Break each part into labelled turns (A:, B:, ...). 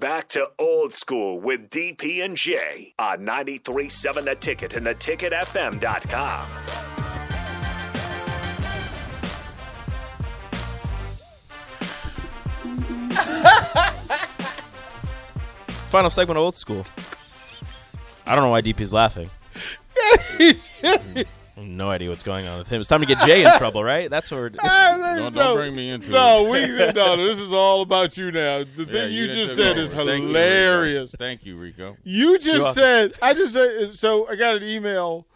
A: back to old school with DP and J on 937 The Ticket and theticketfm.com.
B: Final segment of old school. I don't know why DP's laughing. I have no idea what's going on with him. It's time to get Jay in trouble, right? That's what we're. it's-
C: don't bring me into
D: no, it. No, we no. This is all about you now. The
C: Yeah,
D: thing you,
C: didn't
D: just
C: took
D: said is
C: over. Thank you, Rico.
D: hilarious.
C: Thank you, Rico.
D: You
B: welcome.
D: just said I just said so. I got an email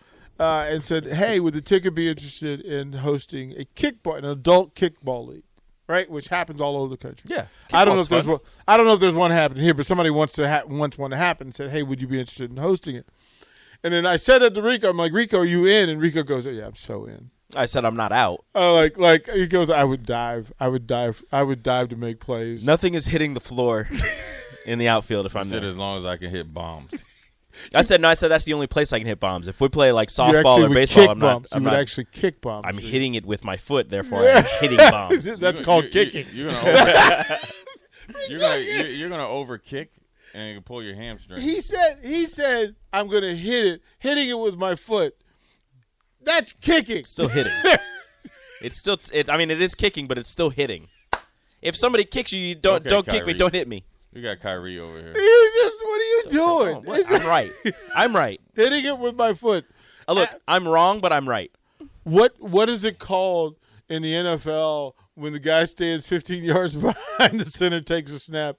D: uh, and said, "Hey, would the ticket be interested in hosting a kickball, an adult kickball league, right? Which happens all over the country."
B: Yeah,
D: I don't know
B: kickball's
D: if there's
B: fun.
D: one. I don't know if there's one happening here, but somebody wants to ha- wants one to happen. And said, "Hey, would you be interested in hosting it?" And then I said it to Rico. I'm like, "Rico, are you in?" And Rico goes, "Oh yeah, I'm so in."
B: I said I'm not out.
D: Uh, like, like he goes, "I would dive. I would dive. I would dive to make plays."
B: Nothing is hitting the floor in the outfield if I'm
C: Said
B: there.
C: as long as I can hit bombs.
B: I said no. I said that's the only place I can hit bombs. If we play like
D: you
B: softball
D: actually
B: or
D: would
B: baseball,
D: kick
B: I'm not.
D: bumps.
B: I'm
D: you would
B: not.
D: actually kick bumps.
B: I'm hitting it with my foot. Therefore, I'm hitting bombs.
D: That's
C: You-
D: called
C: you-
D: kicking.
C: You, are gonna over, you're gonna you're, you're gonna overkick and you pull your hamstring.
D: he said he said I'm gonna hit it, hitting it with my foot. That's kicking.
B: still hitting. it's still. It, I mean, it is kicking, but it's still hitting. If somebody kicks you, you don't
C: Okay,
B: don't kick me.
C: Kyrie.
B: Don't hit me.
C: we got Kyrie over here.
D: You just what are you doing?
B: Oh, what? I'm right. I'm right.
D: hitting it with my foot.
B: Uh, look, I'm wrong, but I'm right.
D: What what is it called in the NFL when the guy stands 15 yards behind the center takes a snap?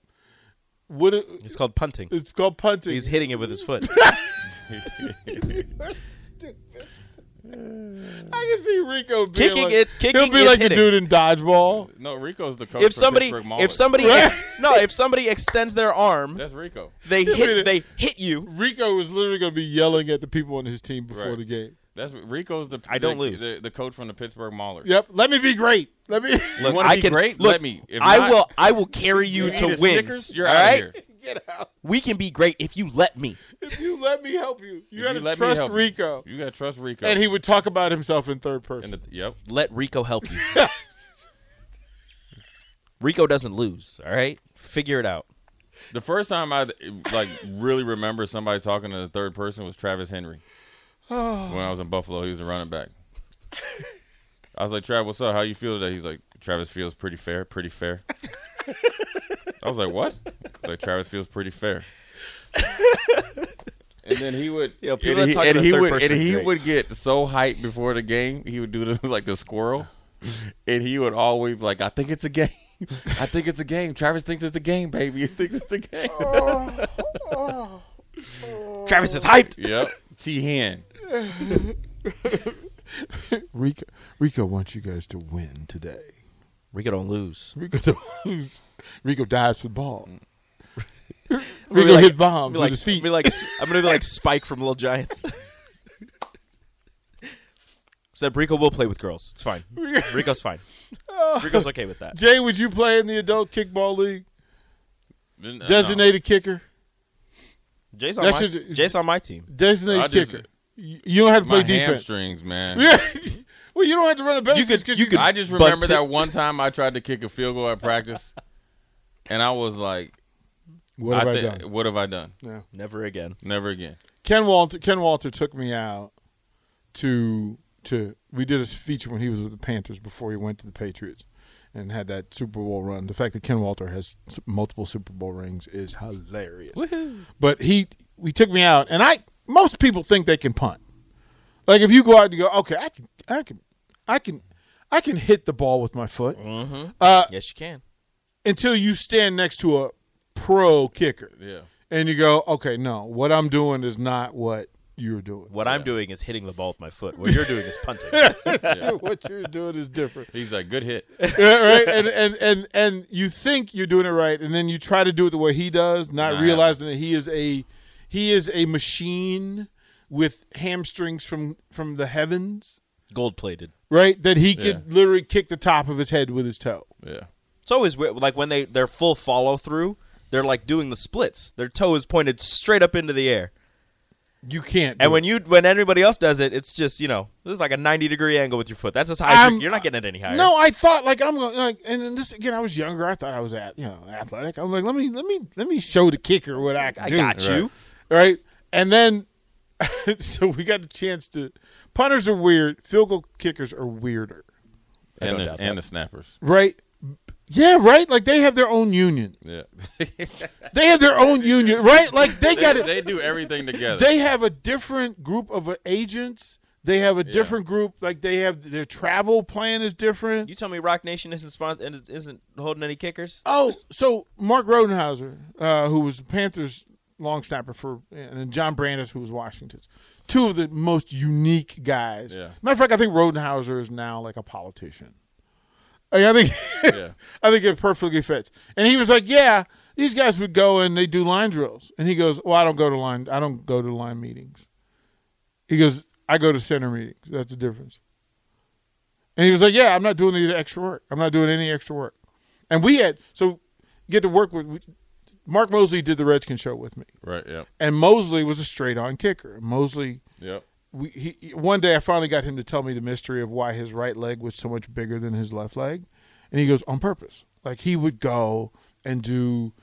D: What it-
B: It's called punting.
D: it's called punting.
B: He's hitting it with his foot.
D: I can see Rico being
B: Kicking
D: like,
B: it- kicking
D: he'll be
B: is
D: like
B: hitting.
D: the dude in dodgeball.
C: No, Rico's the coach.
B: if
C: for
B: somebody,
C: Pittsburgh
B: if
C: Maulers.
B: somebody, ex- no, if somebody extends their arm,
C: that's Rico.
B: they
D: minute.
B: hit. They hit you.
D: Rico was literally going to be yelling at the people on his team before
C: Right.
D: the game.
C: That's Rico's the.
B: I don't
C: the,
B: lose.
C: The, the coach from the Pittsburgh Maulers.
D: Yep, let me be great. Let me
C: You
B: Look,
C: wanna
B: I
C: be
B: can.
C: great?
B: Look,
C: Let me. If
B: I
C: not,
B: will. I will carry you,
C: you
B: to
C: eat
B: wins.
C: a Snickers, you're
B: all
C: out of
B: right?
C: here.
D: get out.
B: We can be great if you let me.
D: If you let me help you, you
C: If
D: got to
C: let me
D: trust
C: help you.
D: Rico.
C: You gotta trust Rico.
D: And he would talk about himself in third person.
C: And the, yep.
B: Let Rico help you. Rico doesn't lose. All right, figure it out.
C: The first time I like really remember somebody talking to the third person was Travis Henry. When I was in Buffalo, he was a running back. I was like, Trav, what's up? How you feel today? He's like, Travis feels pretty fair, pretty fair. I was like, what? He's like, Travis feels pretty fair. and then he would,
B: Yeah, people that
C: and he,
B: talk in
C: and
B: the
C: he
B: third
C: would,
B: person
C: and
B: are
C: he
B: great.
C: would get so hyped before the game. He would do the, like the squirrel, and he would always be like, I think it's a game. I think it's a game. Travis thinks it's a game, baby. He thinks it's a game.
B: Travis is hyped.
C: Yep. T Hen.
D: Rico, Rico wants you guys to win today.
B: Rico don't lose.
D: Rico does. Rico dives for the ball.
C: Mm.
B: We'll be
D: Rico
B: like-
D: hit bombs
B: be
D: with
B: like,
D: his feet.
B: be like- I'm gonna be like Spike from Little Giants. Said Rico will play with girls. It's fine. Rico's fine. Rico's okay with that.
D: Jay, would you play in the adult kickball league?
C: uh,
D: Designated kicker.
B: Jay's on,
D: That's
B: my,
D: just-
B: Jay's on my team.
D: Designated
C: I just-
D: kicker. You you don't have to
C: My
D: play defense.
C: hamstrings, man.
D: Yeah. well, you don't have to run a bases.
B: could-
D: 'cause
B: you could-
C: I just
B: Butt
C: remember
B: tip.
C: that one time I tried to kick a field goal at practice, and I was like,
D: What have I,
C: thi-
D: done?
C: What have I done?
B: Never again.
C: Never again.
D: Ken Walter Ken Walter took me out to to we did a feature when he was with the Panthers before he went to the Patriots and had that Super Bowl run. The fact that Ken Walter has s- multiple Super Bowl rings is hilarious. But he we took me out and I most people think they can punt. Like if you go out and you go, okay, I can I can I can I can hit the ball with my foot Uh,
B: Yes, you can.
D: until you stand next to a pro kicker
C: Yeah.
D: and you go, okay, no, what I'm doing is not what you're doing.
B: What I'm doing is hitting the ball with my foot. What you're doing is punting.
D: what you're doing is different.
C: He's like, good hit.
D: Yeah, right? And, and and and you think you're doing it right, and then you try to do it the way he does, not
C: Nah.
D: realizing that he is a he is a machine with hamstrings from from the heavens,
B: Gold plated.
D: right? That he could
C: Yeah.
D: literally kick the top of his head with his toe.
C: Yeah.
B: It's always weird. Like when they their full follow through, they're like doing the splits. Their toe is pointed straight up into the air.
D: You can't.
B: And
D: do
B: when
D: it.
B: you when everybody else does it, it's just you know this is like a ninety degree angle with your foot. That's as high as
D: I'm-
B: you're, you're not getting it any higher.
D: no, I thought like I'm gonna like, and then this again. I was younger. I thought I was at you know athletic. I'm like, let me let me let me show the kicker what I can
B: I
D: do.
B: got you.
D: right? And then, so we got the chance to. Punters are weird. Field goal kickers are weirder,
B: don't
C: and
B: doubt
C: the,
B: that.
C: and the snappers.
D: right? Yeah, right. Like they have their own union.
C: Yeah,
D: They have their own union, right? Like they got it.
C: they do everything together.
D: they have a different group of uh, agents. They have a different group. Like they have their travel plan is different.
B: You tell me Rock Nation isn't sponsor, isn't holding any kickers?
D: Oh, so Mark Rodenhauser, uh, who was the Panthers long snapper for, and then John Brandis, who was Washington's, two of the most unique guys.
C: Yeah.
D: Matter of fact, I think Rodenhauser is now like a politician. I, mean, I think,
C: Yeah.
D: I think it perfectly fits. And he was like, "Yeah, these guys would go and they do line drills." And he goes, "Well, I don't go to line. I don't go to line meetings." He goes, "I go to center meetings. That's the difference." And he was like, "Yeah, I'm not doing any extra work. I'm not doing any extra work." And we had so get to work with we- Mark Mosley did the Redskin show with me,
C: right. Yep.
D: and Mosley was a straight on kicker. Mosley,
C: Yep.
D: we, he one day I finally got him to tell me the mystery of why his right leg was so much bigger than his left leg, and he goes on purpose. Like he would go and do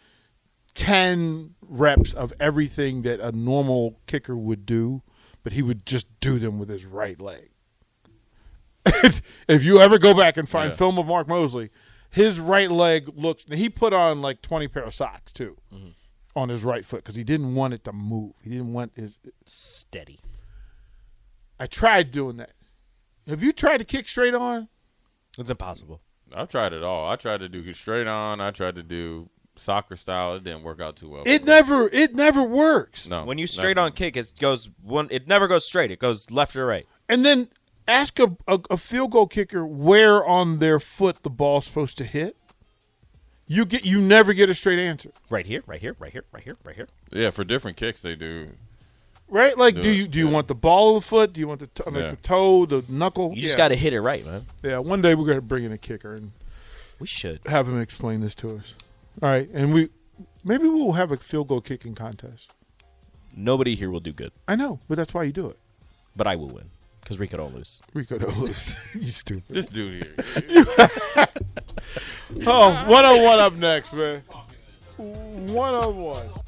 D: ten reps of everything that a normal kicker would do, but he would just do them with his right leg. if you ever go back and find
C: Yeah.
D: film of Mark Mosley, his right leg looks. and He put on like twenty pair of socks too. On his right foot because he didn't want it to move. He didn't want his
B: Steady.
D: I tried doing that. Have you tried to kick straight on?
B: It's impossible.
C: I've tried it all. I tried to do straight on. I tried to do soccer style. It didn't work out too well.
D: It never it never works.
C: No.
B: when you straight on kick, it goes one. It never goes straight. It goes left or right.
D: And then ask a, a, a field goal kicker where on their foot the ball's supposed to hit. You get you never get a straight answer.
B: Right here. Right here. Right here. Right here. Right here.
C: Yeah, for different kicks they do.
D: Right? Like
C: No,
D: do you do you
C: yeah.
D: want the ball of the foot? Do you want the, to- like
C: Yeah.
D: the toe, the knuckle?
B: You just
D: yeah.
B: got to hit it right, man.
D: Yeah, one day we're going to bring in a kicker and
B: We should.
D: have him explain this to us. All right, and we maybe we'll have a field goal kicking contest.
B: Nobody here will do good,
D: I know, but that's why you do it.
B: but I will win because Rico don't lose.
D: Rico don't lose. you stupid.
C: This dude here. oh
D: Oh, 101 up next, man. 101.